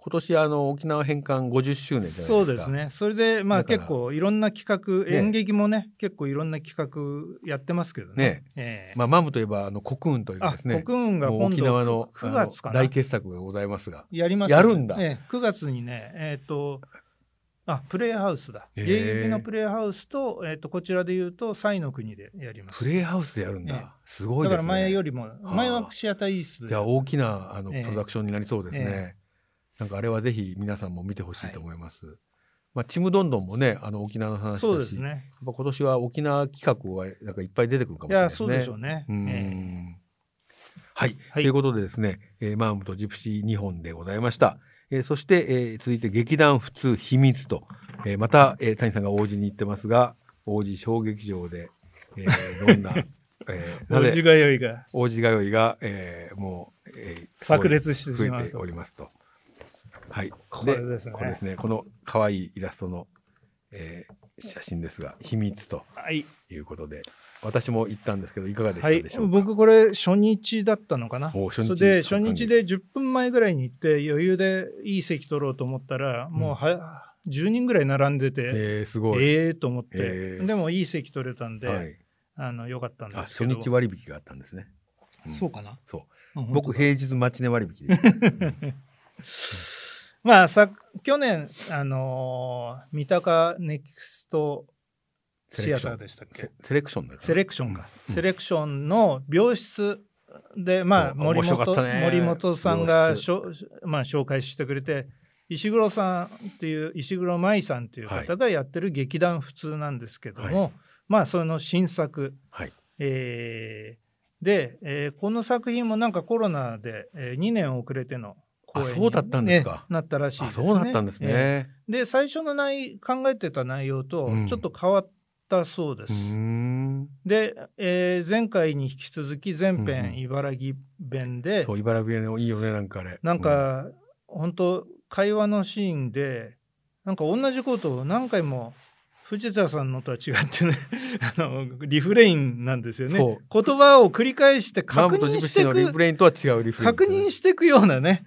[SPEAKER 2] 今年あの沖縄返還50周年じゃないですか
[SPEAKER 3] そうですねそれでまあ
[SPEAKER 2] だから
[SPEAKER 3] 結構いろんな企画
[SPEAKER 2] ね
[SPEAKER 3] 演劇もね結構いろんな企画やってますけどね。
[SPEAKER 2] ね
[SPEAKER 3] ええ
[SPEAKER 2] まあマムといえばあの国運という
[SPEAKER 3] あ
[SPEAKER 2] ですね
[SPEAKER 3] 国運が
[SPEAKER 2] もう
[SPEAKER 3] 今
[SPEAKER 2] 沖
[SPEAKER 3] 度
[SPEAKER 2] 縄の
[SPEAKER 3] 9月か
[SPEAKER 2] あ
[SPEAKER 3] な
[SPEAKER 2] の大傑作がございますが
[SPEAKER 3] やります
[SPEAKER 2] やるんだ
[SPEAKER 3] ええ9月にねえっ、とあプレイハウスだ
[SPEAKER 2] へえ
[SPEAKER 3] 芸劇のプレイハウスと,、えっとこちらで言うとサイの国でやります
[SPEAKER 2] プレイハウスでやるんだ、
[SPEAKER 3] ええ
[SPEAKER 2] すごいで
[SPEAKER 3] だから
[SPEAKER 2] す
[SPEAKER 3] 前よ
[SPEAKER 2] ね
[SPEAKER 3] りも前はシアターイーストで
[SPEAKER 2] じゃあ大きなあのプ
[SPEAKER 3] ええ
[SPEAKER 2] ロダクションになりそうですね、
[SPEAKER 3] え
[SPEAKER 2] なんかあれはぜひ皆さんも見てほしいと思います、まあちむどんどんもねあの沖縄の話だし
[SPEAKER 3] そうですね
[SPEAKER 2] やっぱ今年は沖縄企画がなんかいっぱい出てくるかもし
[SPEAKER 3] い
[SPEAKER 2] れない
[SPEAKER 3] や
[SPEAKER 2] です
[SPEAKER 3] そ
[SPEAKER 2] ね
[SPEAKER 3] うでしょうね
[SPEAKER 2] うーん
[SPEAKER 3] ええ
[SPEAKER 2] はい、
[SPEAKER 3] はい
[SPEAKER 2] ということでですね、えーマームとジプシー2本でございました。えーそして、えー続いて劇団普通秘密と、えーまた、えー谷さんが王子に行ってますが、王子小劇場で、えーどんな、 [LAUGHS] えーな
[SPEAKER 3] おじ
[SPEAKER 2] ぜ
[SPEAKER 3] がよいが
[SPEAKER 2] 王子通いが、えーもう、えー
[SPEAKER 3] 炸裂してしま
[SPEAKER 2] 増
[SPEAKER 3] う
[SPEAKER 2] えておりますと。はい。
[SPEAKER 3] これですね
[SPEAKER 2] これですね。この可愛いイラストの、えー写真ですが、秘密と
[SPEAKER 3] はい
[SPEAKER 2] いうことで、私も行ったんですけど、いかがでした
[SPEAKER 3] は
[SPEAKER 2] で
[SPEAKER 3] い
[SPEAKER 2] しょうか。
[SPEAKER 3] 僕これ初日だったのかな
[SPEAKER 2] お初日
[SPEAKER 3] それで初日で10分前ぐらいに行って余裕でいい席取ろうと思ったらもうは、10人ぐらい並んでて
[SPEAKER 2] えー、す
[SPEAKER 3] え
[SPEAKER 2] ごい。
[SPEAKER 3] えーと思って、
[SPEAKER 2] えー
[SPEAKER 3] でもいい席取れたんで、
[SPEAKER 2] はい、
[SPEAKER 3] あの良かったん
[SPEAKER 2] あ
[SPEAKER 3] です
[SPEAKER 2] 初
[SPEAKER 3] けど
[SPEAKER 2] 日割引があったんですね。うん
[SPEAKER 3] そうかな
[SPEAKER 2] そう
[SPEAKER 3] うん本当
[SPEAKER 2] 僕平日待ち値割引
[SPEAKER 3] [LAUGHS]
[SPEAKER 2] で行った。
[SPEAKER 3] まあさ去年あのー三鷹ネクストシアターでしたっけ
[SPEAKER 2] セセレクションだから
[SPEAKER 3] セレクションか、
[SPEAKER 2] うん
[SPEAKER 3] セレクションの病室で、ま
[SPEAKER 2] そ
[SPEAKER 3] あ、
[SPEAKER 2] う
[SPEAKER 3] 森
[SPEAKER 2] 面白かっ
[SPEAKER 3] 本
[SPEAKER 2] たね
[SPEAKER 3] 森本さんが
[SPEAKER 2] 病室
[SPEAKER 3] しょ、まあ、紹介してくれて石黒さんっていう石黒舞さんっていう方がやってる劇団普通なんですけども、
[SPEAKER 2] は
[SPEAKER 3] まあその新作、
[SPEAKER 2] はい
[SPEAKER 3] えーで、えーこの作品もなんかコロナで、え2年遅れての公演に
[SPEAKER 2] あそうだったんですか
[SPEAKER 3] えなったらしい
[SPEAKER 2] あ
[SPEAKER 3] です
[SPEAKER 2] そ
[SPEAKER 3] ね。
[SPEAKER 2] うだったんです
[SPEAKER 3] えー
[SPEAKER 2] ね。
[SPEAKER 3] で最初の内考えてた内容と
[SPEAKER 2] うん
[SPEAKER 3] ちょっと変わったそうで
[SPEAKER 2] う
[SPEAKER 3] す。
[SPEAKER 2] ーん。
[SPEAKER 3] で、えー前回に引き続き
[SPEAKER 2] う
[SPEAKER 3] 前
[SPEAKER 2] んうん
[SPEAKER 3] 編茨城弁で、
[SPEAKER 2] そう茨城のいいよねなんかあれ。
[SPEAKER 3] なんか、本当会話のシーンでなんか同じことを何回も藤田さんのとは違ってね [LAUGHS] あのリフレインなんですよね
[SPEAKER 2] そう
[SPEAKER 3] 言葉を繰り返して
[SPEAKER 2] マ
[SPEAKER 3] 確
[SPEAKER 2] ムとジプ
[SPEAKER 3] 認し
[SPEAKER 2] シ
[SPEAKER 3] て
[SPEAKER 2] ー
[SPEAKER 3] い
[SPEAKER 2] のリ
[SPEAKER 3] く
[SPEAKER 2] プレインとは違うリプレイン。
[SPEAKER 3] 確認していくようなね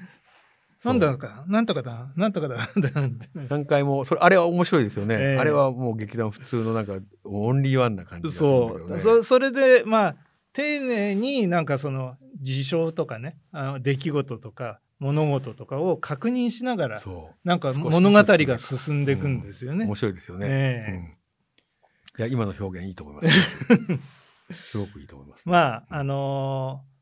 [SPEAKER 2] そ
[SPEAKER 3] な
[SPEAKER 2] うん
[SPEAKER 3] だかなんとかだなんとかだなんとかだってね
[SPEAKER 2] 何回もそれあれは面白いですよね、
[SPEAKER 3] ええ
[SPEAKER 2] あれはもう劇団普通のなんかオンリーワンな感じがするんだ
[SPEAKER 3] そ
[SPEAKER 2] けど
[SPEAKER 3] う
[SPEAKER 2] ね
[SPEAKER 3] そそれでまあ丁寧になんかその事象とかねあの出来事とか物事とかを確認しながら
[SPEAKER 2] そう
[SPEAKER 3] なん
[SPEAKER 2] 少
[SPEAKER 3] か
[SPEAKER 2] しずつ
[SPEAKER 3] 物語が進んでいくんですよね。
[SPEAKER 2] 面白いですよね。
[SPEAKER 3] ええ
[SPEAKER 2] うん、いや今の表現いいと思い
[SPEAKER 3] [LAUGHS]
[SPEAKER 2] ます。すごくいいと思いますね、
[SPEAKER 3] まああのー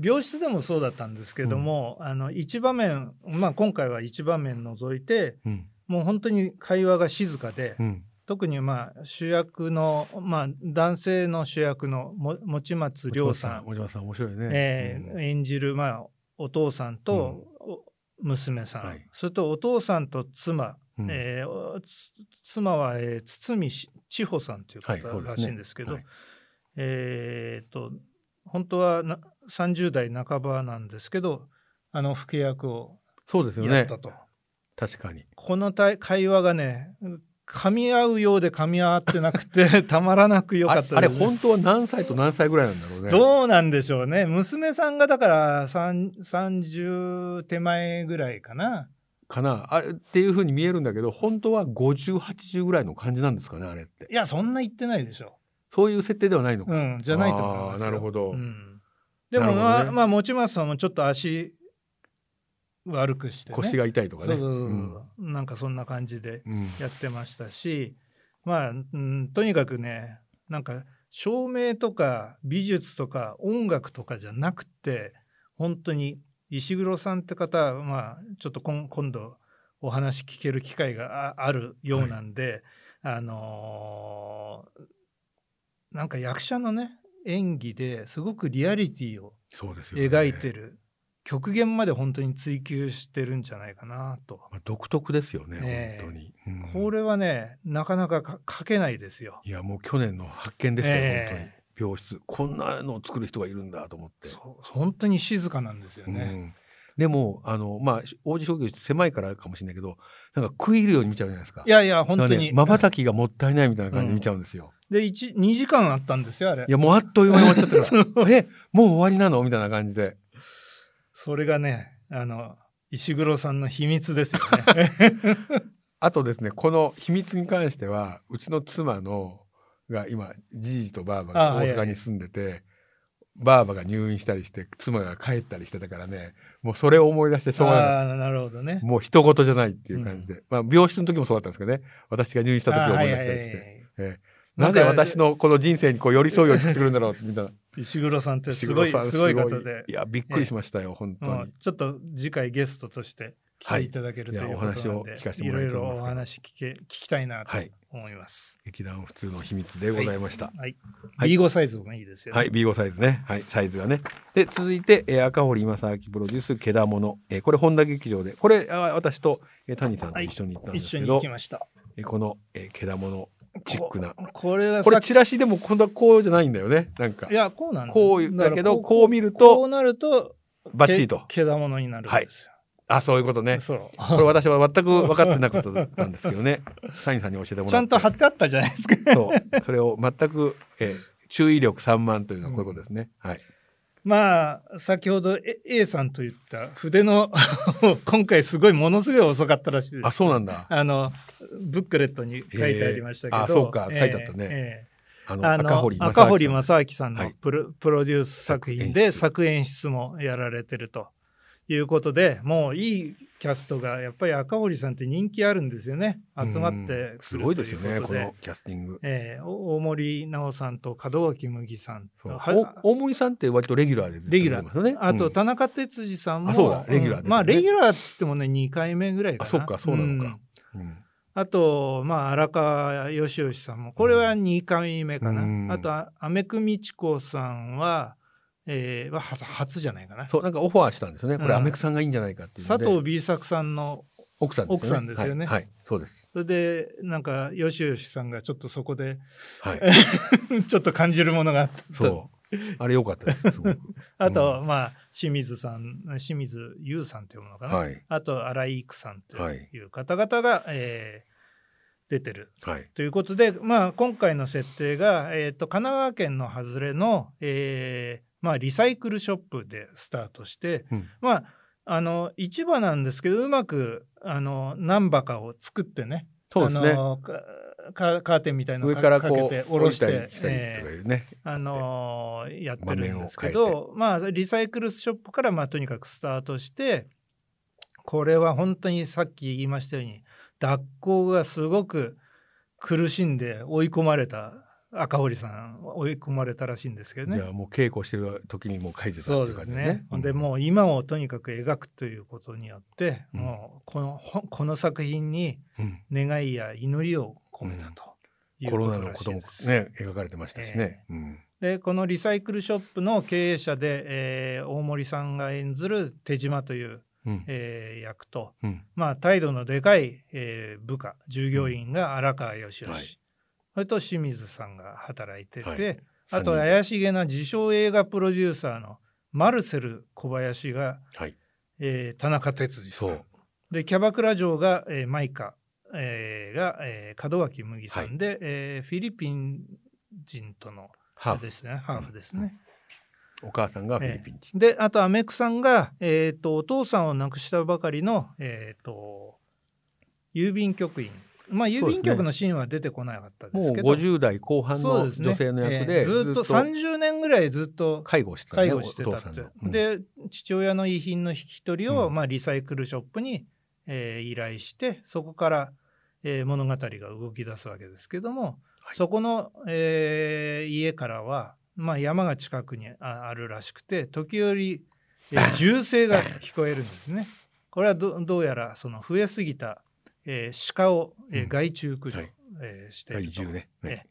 [SPEAKER 3] 病室でもそうだったんですけども、あの一場面、まあ、今回は一場面除いて
[SPEAKER 2] うん
[SPEAKER 3] もう本当に会話が静かで、
[SPEAKER 2] うん
[SPEAKER 3] 特にまあ主役の、まあ、男性の主役のも持松亮さん
[SPEAKER 2] お嬢さん面白いね。
[SPEAKER 3] えー
[SPEAKER 2] うん
[SPEAKER 3] 演じる、まあ、お父さんとお娘さん、
[SPEAKER 2] はい
[SPEAKER 3] それとお父さんと妻、
[SPEAKER 2] うん
[SPEAKER 3] えーおつ妻は、えー、堤し千穂さんという
[SPEAKER 2] はいそ
[SPEAKER 3] 方
[SPEAKER 2] うですね
[SPEAKER 3] らしいんですけど、
[SPEAKER 2] はい
[SPEAKER 3] えーっと本当はな30代半ばなんですけどあの老け役を
[SPEAKER 2] そうですよ
[SPEAKER 3] や
[SPEAKER 2] ね
[SPEAKER 3] った。と、
[SPEAKER 2] 確かに。
[SPEAKER 3] この対会話がね噛み合うようで噛み合ってなくて [LAUGHS] たまらなく良か
[SPEAKER 2] あ
[SPEAKER 3] った
[SPEAKER 2] あれ
[SPEAKER 3] です
[SPEAKER 2] 本当は何歳と何歳ぐらいなんだろうね。
[SPEAKER 3] どうなんでしょうね。娘さんがだから三30手前ぐらいかな。
[SPEAKER 2] かなあれっていうふうに見えるんだけど本当は50、80ぐらいの感じなんですかねあれって
[SPEAKER 3] い。や、そんな言ってないでしょ。
[SPEAKER 2] そういう設定ではないのか。
[SPEAKER 3] うん、じゃないと思いますよ。
[SPEAKER 2] あーなるほど
[SPEAKER 3] うんで
[SPEAKER 2] な
[SPEAKER 3] も、
[SPEAKER 2] るほどね
[SPEAKER 3] まあ、まあ、持ちますさんもちょっと足悪くして、ね。
[SPEAKER 2] 腰が痛いとかね。
[SPEAKER 3] そうそうそうそうう、なんかそんな感じで
[SPEAKER 2] んうん
[SPEAKER 3] やってましたし、まあ、うん、とにかくね、なんか照明とか美術とか音楽とかじゃなくて本当に石黒さんって方は、まあ、ちょっと今今度お話聞ける機会がああるようなんで、あのーなんか役者のね演技ですごくリアリティを
[SPEAKER 2] そうですよ、ね、
[SPEAKER 3] 描いてる、極限まで本当に追求してるんじゃないかなと、
[SPEAKER 2] まあ、独特ですよね、
[SPEAKER 3] ええ
[SPEAKER 2] 本当に、うん
[SPEAKER 3] これはねなかなかか書けないですよ。
[SPEAKER 2] いやもう去年の発見でしたよ、
[SPEAKER 3] ええ
[SPEAKER 2] 本当に病室こんなのを作る人がいるんだと思って
[SPEAKER 3] そう本当に静かなんですよね。
[SPEAKER 2] うんでもあのまあ王子将棋狭いからかもしれないけどなんか食い入るように見ちゃうじゃないですか
[SPEAKER 3] いやいや本当に。
[SPEAKER 2] まばたきがもったいないみたいな感じで見ちゃうんですよ、
[SPEAKER 3] で一2時間あったんですよあれ
[SPEAKER 2] い。やもうあっという間に終わっ
[SPEAKER 3] [LAUGHS]
[SPEAKER 2] ちゃったからえもう終わりなのみたいな感じで
[SPEAKER 3] それがねあの石黒さんの秘密ですよ
[SPEAKER 2] [LAUGHS]
[SPEAKER 3] ね。
[SPEAKER 2] あとですねこの秘密に関してはうちの妻のが今じいじとばあば
[SPEAKER 3] あ
[SPEAKER 2] が
[SPEAKER 3] は
[SPEAKER 2] 大
[SPEAKER 3] いはい
[SPEAKER 2] 阪に住んでてばあばが入院したりして妻が帰ったりしてたからねもうそれを思い出してしょうがなかっ
[SPEAKER 3] [LAUGHS] あーなるほどね
[SPEAKER 2] た。もう人事じゃないっていう感じで、まあ病室の時もそうだったんですけどね私が入院した時を思い出したりして、
[SPEAKER 3] あーはいはいはい
[SPEAKER 2] ええなぜ私のこの人生にこう寄り添うように作ってくるんだろうみたい
[SPEAKER 3] [LAUGHS]
[SPEAKER 2] な
[SPEAKER 3] 石黒さんってすごい
[SPEAKER 2] 石黒さん
[SPEAKER 3] すごい方で
[SPEAKER 2] い、やびっくりしましたよ、本当に、
[SPEAKER 3] もうちょっと次回ゲストとして来ていただけると
[SPEAKER 2] はい
[SPEAKER 3] いう
[SPEAKER 2] いや
[SPEAKER 3] ことなん
[SPEAKER 2] お
[SPEAKER 3] で、
[SPEAKER 2] 話を聞かせてもらいたいと思いますけど
[SPEAKER 3] ろいろお話聞け聞きたいなと
[SPEAKER 2] はい
[SPEAKER 3] 思います。
[SPEAKER 2] 劇団普通の秘密でございました、
[SPEAKER 3] はい。
[SPEAKER 2] はい
[SPEAKER 3] B5 サイズもいいですよね。
[SPEAKER 2] はい、B5 サイズね。はい、サイズがね。で、続いて、えー赤堀正明プロデュース、けだもの。えーこれ、本田劇場で、これ、あ私と、えー谷さんと一緒に行ったんで
[SPEAKER 3] 一
[SPEAKER 2] すけ
[SPEAKER 3] 緒に
[SPEAKER 2] ど、
[SPEAKER 3] 行きました。
[SPEAKER 2] えーこの、えー、けだものチックな。
[SPEAKER 3] ここれは
[SPEAKER 2] これ、
[SPEAKER 3] さ
[SPEAKER 2] チラシでも、今度はこうじゃないんだよね。なんか
[SPEAKER 3] い、やこうなん
[SPEAKER 2] こうだけど、こう見る
[SPEAKER 3] こう
[SPEAKER 2] と、
[SPEAKER 3] なると
[SPEAKER 2] バッチリと。
[SPEAKER 3] けだものになるんですよ。
[SPEAKER 2] あ、そういうことね。
[SPEAKER 3] そ [LAUGHS]
[SPEAKER 2] これ、私は全く分かってなかったんですけどね。谷さんに教えてもらっ
[SPEAKER 3] う。
[SPEAKER 2] て。
[SPEAKER 3] ちゃんと貼ってあったじゃないですか。 [LAUGHS]
[SPEAKER 2] そう。それを全く、えー注意力散漫というのはこういうことですね。はい。
[SPEAKER 3] まあ先ほど A- A さんと言った筆の [LAUGHS] 今回すごいものすごい遅かったらしいです
[SPEAKER 2] あ、。そうなんだ。
[SPEAKER 3] あのブックレットに書いてありましたけど、
[SPEAKER 2] えーあそうか書いてあったね
[SPEAKER 3] え
[SPEAKER 2] あ
[SPEAKER 3] え
[SPEAKER 2] の、
[SPEAKER 3] あの
[SPEAKER 2] 赤堀正明さん
[SPEAKER 3] 赤堀正明さんの
[SPEAKER 2] はい
[SPEAKER 3] プロ,、プロデュース作品で作演出もやられてるということでもういいキャストがやっぱり赤堀さんって人気あるんですよね集まって
[SPEAKER 2] す
[SPEAKER 3] く
[SPEAKER 2] ご
[SPEAKER 3] る
[SPEAKER 2] い
[SPEAKER 3] と
[SPEAKER 2] です
[SPEAKER 3] い
[SPEAKER 2] よ
[SPEAKER 3] う
[SPEAKER 2] ね
[SPEAKER 3] こと
[SPEAKER 2] こ
[SPEAKER 3] で。
[SPEAKER 2] のキャスティング。
[SPEAKER 3] ええお大森奈緒さんと門脇麦さん
[SPEAKER 2] そ
[SPEAKER 3] と
[SPEAKER 2] う
[SPEAKER 3] は
[SPEAKER 2] お大森さんって割とレギュラーで
[SPEAKER 3] レギュラー
[SPEAKER 2] 出てますよね。
[SPEAKER 3] あと
[SPEAKER 2] うん
[SPEAKER 3] 田中哲司さんも、
[SPEAKER 2] あそうだレギュラーですね
[SPEAKER 3] んまあレギュラーっつってもね2回目ぐらいかな
[SPEAKER 2] あそうかそうなのか。うん
[SPEAKER 3] あと、まあ、荒川よしよしさんも、これは2回目かな。
[SPEAKER 2] うん
[SPEAKER 3] あと、あアメクミチコさんは、えー、は初初じゃないかな。
[SPEAKER 2] そうなんかオファーしたんですよね。こ
[SPEAKER 3] う
[SPEAKER 2] れ
[SPEAKER 3] ん
[SPEAKER 2] アメクさんがいいんじゃないかっていうの
[SPEAKER 3] 佐
[SPEAKER 2] で。
[SPEAKER 3] 藤 B 作さんの、
[SPEAKER 2] 奥さん
[SPEAKER 3] 奥さんですよね
[SPEAKER 2] はいはいそうです。
[SPEAKER 3] それで、なんか、よしよしさんがちょっとそこで、 [LAUGHS]
[SPEAKER 2] はい。
[SPEAKER 3] ちょっと感じるものがあった。
[SPEAKER 2] そう。あれ良かったです。すご
[SPEAKER 3] [LAUGHS]
[SPEAKER 2] く
[SPEAKER 3] あと、まあ、清水さん、清水優さんっていうものかな。
[SPEAKER 2] はい
[SPEAKER 3] あと、荒井育さんと
[SPEAKER 2] はい
[SPEAKER 3] いう方々が、えー出てる
[SPEAKER 2] はい。
[SPEAKER 3] ということで、まあ、今回の設定が、えー、と神奈川県の外れの、えーまあ、リサイクルショップでスタートして、
[SPEAKER 2] うん
[SPEAKER 3] まあ、あの市場なんですけどうまくあの何羽かを作ってね
[SPEAKER 2] そうです
[SPEAKER 3] あ
[SPEAKER 2] ね。
[SPEAKER 3] のかカカーテンみたいなのを
[SPEAKER 2] 上から
[SPEAKER 3] か
[SPEAKER 2] こ
[SPEAKER 3] けて
[SPEAKER 2] う
[SPEAKER 3] 下ろして
[SPEAKER 2] 降りたり来たりとか
[SPEAKER 3] えー
[SPEAKER 2] いうね。
[SPEAKER 3] あのーやってるんですけ
[SPEAKER 2] 場面を
[SPEAKER 3] ど、まあ、リサイクルショップから、まあ、とにかくスタートしてこれは本当にさっき言いましたように脱行がすごく苦しんで追い込まれた赤堀さん追い込まれたらしいんですけど
[SPEAKER 2] じ
[SPEAKER 3] ね
[SPEAKER 2] ゃ。あもう稽古してる時にもう書いてた
[SPEAKER 3] そ
[SPEAKER 2] っ
[SPEAKER 3] う
[SPEAKER 2] ていう感
[SPEAKER 3] です
[SPEAKER 2] じ
[SPEAKER 3] ね。
[SPEAKER 2] うん
[SPEAKER 3] でもう今をとにかく描くということによって、
[SPEAKER 2] うん
[SPEAKER 3] もうこのほこの作品に
[SPEAKER 2] うん
[SPEAKER 3] 願いや祈りを込めたという
[SPEAKER 2] コ
[SPEAKER 3] こ
[SPEAKER 2] ロナ
[SPEAKER 3] と
[SPEAKER 2] の
[SPEAKER 3] ら
[SPEAKER 2] こ
[SPEAKER 3] しい
[SPEAKER 2] とも
[SPEAKER 3] です。
[SPEAKER 2] ね描かれてましたしね。うん
[SPEAKER 3] でこのリサイクルショップの経営者で、えー大森さんが演ずる手島という、
[SPEAKER 2] うん
[SPEAKER 3] えー役と、
[SPEAKER 2] うん
[SPEAKER 3] まあ、態度のでかい、えー部下従業員が荒川よしよし、
[SPEAKER 2] はい
[SPEAKER 3] それと清水さんが働いてて、
[SPEAKER 2] はい
[SPEAKER 3] あ
[SPEAKER 2] 三人
[SPEAKER 3] と
[SPEAKER 2] で
[SPEAKER 3] 怪しげな自称映画プロデューサーのマルセル小林が、
[SPEAKER 2] はい
[SPEAKER 3] えー田中哲司さ
[SPEAKER 2] そ
[SPEAKER 3] ん
[SPEAKER 2] う
[SPEAKER 3] でキャバクラ嬢が、えーマイカ、えーが、えー門脇麦さんで、えーフィリピン人との
[SPEAKER 2] ハーフ
[SPEAKER 3] ですね、ハーフですね。
[SPEAKER 2] お母さんがフィリピン人。
[SPEAKER 3] で、あとアメクさんが、えっ、と、お父さんを亡くしたばかりの、えっ、と、郵便局員。まあ、郵便局のシーンは出てこなかったで
[SPEAKER 2] も
[SPEAKER 3] す
[SPEAKER 2] う
[SPEAKER 3] けど、
[SPEAKER 2] 50代後半
[SPEAKER 3] そう
[SPEAKER 2] の
[SPEAKER 3] ですね
[SPEAKER 2] 女性の役
[SPEAKER 3] え
[SPEAKER 2] で
[SPEAKER 3] えずっと30年ぐらいずっと
[SPEAKER 2] 介護をしてたね
[SPEAKER 3] 介護してた
[SPEAKER 2] お
[SPEAKER 3] っ
[SPEAKER 2] 父
[SPEAKER 3] て
[SPEAKER 2] さんの、うん
[SPEAKER 3] で父親の遺品の引き取りを、
[SPEAKER 2] うん
[SPEAKER 3] まあ、リサイクルショップに、えー依頼してそこから、えー物語が動き出すわけですけども、そこの、えー家からは、まあ、山が近くにああるらしくて時折、え
[SPEAKER 2] [LAUGHS]
[SPEAKER 3] ー銃声が聞こえるんですね。これはどどうやらその増えすぎた、えー鹿を、えー
[SPEAKER 4] うん
[SPEAKER 3] 害虫駆除、
[SPEAKER 4] はい
[SPEAKER 3] えーしてい
[SPEAKER 4] 第
[SPEAKER 3] ると
[SPEAKER 4] 10ね。ね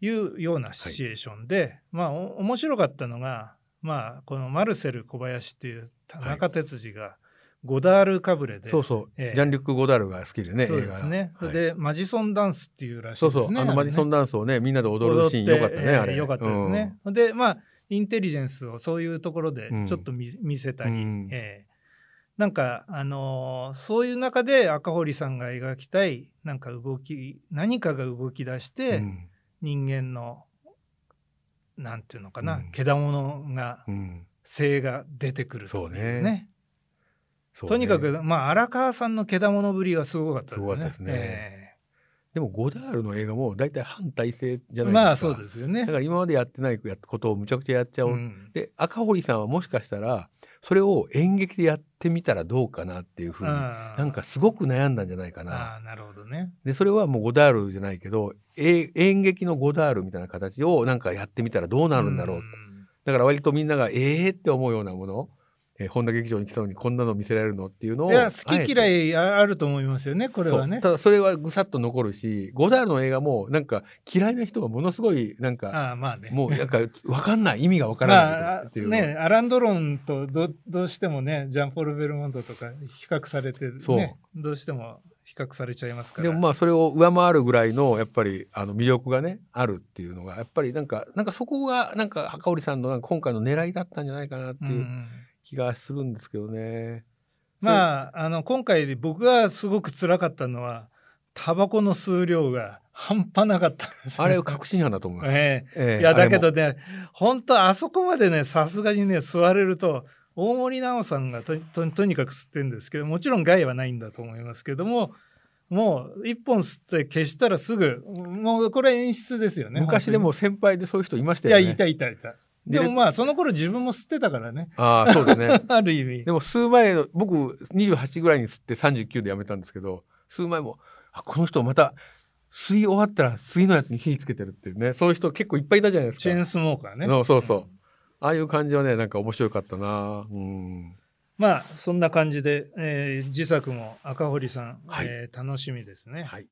[SPEAKER 3] いうようなシチュエーションで、まあお面白かったのが、まあ、このマルセル小林っていう田中哲司がゴダールかぶれで、
[SPEAKER 2] そうそう、
[SPEAKER 3] ええ
[SPEAKER 2] ジャンリュック・ゴダールが好きでね
[SPEAKER 3] そうですね。
[SPEAKER 2] 映画がはい
[SPEAKER 3] で、マジソンダンスっていうらしい
[SPEAKER 2] そ
[SPEAKER 3] で
[SPEAKER 2] う
[SPEAKER 3] すね。
[SPEAKER 2] そう、あのマディソンダンスをねみんなで踊
[SPEAKER 3] 踊
[SPEAKER 2] る
[SPEAKER 3] っ
[SPEAKER 2] シーン
[SPEAKER 3] て
[SPEAKER 2] よかったね、
[SPEAKER 3] えー
[SPEAKER 2] あれ
[SPEAKER 3] 良かったですね。で、まあ、インテリジェンスをそういうところで
[SPEAKER 2] うん
[SPEAKER 3] ちょっと見,、見せたり、
[SPEAKER 2] うん
[SPEAKER 3] えーなんか、あのーそういう中で赤堀さんが描きたい、なんか動き、何かが動き出し
[SPEAKER 2] うん
[SPEAKER 3] て、
[SPEAKER 2] うん
[SPEAKER 3] 人間の、なんていうのかな、
[SPEAKER 2] うん
[SPEAKER 3] けだものが、
[SPEAKER 2] うん
[SPEAKER 3] 性が出てくるという
[SPEAKER 2] そうね
[SPEAKER 3] ね
[SPEAKER 2] そうね
[SPEAKER 3] とにかく、まあ、荒川さんのけだものぶりはすごかったですね。
[SPEAKER 2] すごかったですね
[SPEAKER 3] えー
[SPEAKER 2] でもゴダールの映画も大体反体制じゃないですか
[SPEAKER 3] まあそうですよね
[SPEAKER 2] だか。ら今までやってないことをむちゃくちゃやっちゃおう、
[SPEAKER 3] うん
[SPEAKER 2] で赤堀さんはもしかしたらそれを演劇でやってみたらどうかなっていうふうに
[SPEAKER 3] あー
[SPEAKER 2] なんかすごく悩んだんじゃないかな
[SPEAKER 3] あーなるほどね。
[SPEAKER 2] でそれはもうゴダールじゃないけどえ演劇のゴダールみたいな形をなんかやってみたらどうなるんだろう、
[SPEAKER 3] ん
[SPEAKER 2] だから割とみんながええー、って思うようなもの、えー、本田劇場に来たのにこんなの見せられるのっていうのを
[SPEAKER 3] いや好き嫌
[SPEAKER 2] い
[SPEAKER 3] いああると思いますよねこれはね。
[SPEAKER 2] ただそれはぐさっと残るしゴダールの映画もなんか嫌いな人がものすごいなんか
[SPEAKER 3] ああまあね。
[SPEAKER 2] もうなんか分かんない意味が分から
[SPEAKER 3] ま
[SPEAKER 2] ない
[SPEAKER 3] あ
[SPEAKER 2] っていうの
[SPEAKER 3] ねアラン・ドロンとどどうしてもねジャンポール・ベルモントとか比較されて、ね、どうしても比較されちゃいますから
[SPEAKER 2] でもまあそれを上回るぐらいのやっぱりあの魅力がねあるっていうのがやっぱりなんかなんかそこがなんか赤織さんのなんか今回の狙いだったんじゃないかなって
[SPEAKER 3] う
[SPEAKER 2] いうん気がするんですけどね。
[SPEAKER 3] まああの今回僕がすごく辛かったのはタバコの数量が半端なかったんですよ
[SPEAKER 2] あれは確信犯だと思います。
[SPEAKER 3] ええ
[SPEAKER 2] ええ
[SPEAKER 3] いやだけ、
[SPEAKER 2] あ
[SPEAKER 3] どね本当あそこまでねさすがにね座れると大森奈緒さんがとととにかく吸ってるんですけどもちろん害はないんだと思いますけどももう一本吸って消したらすぐもうこれ演出ですよ
[SPEAKER 2] れ
[SPEAKER 3] ね
[SPEAKER 2] も昔でも先輩でそういう人いました
[SPEAKER 3] 本
[SPEAKER 2] よ
[SPEAKER 3] 当
[SPEAKER 2] ね。
[SPEAKER 3] にいやいたいたいた
[SPEAKER 2] デ
[SPEAKER 3] で
[SPEAKER 2] ィレ
[SPEAKER 3] もまあその頃自分も吸ってたからね
[SPEAKER 2] ああそうだね。
[SPEAKER 3] ある意味
[SPEAKER 2] でも数前の僕28ぐらいに吸って39でやめたんですけど数前もあこの人また吸い終わったら吸いのやつに火つけてるっていうねそういう人結構いっぱいいたじゃないですか。
[SPEAKER 3] チェーンスモーカーね
[SPEAKER 2] そうそうそう。ああいう感じはね、なんか面白かったな。うん。
[SPEAKER 3] まあそんな感じで、えー、自作も赤堀さん、
[SPEAKER 2] はい
[SPEAKER 3] えー楽しみですね
[SPEAKER 2] はい。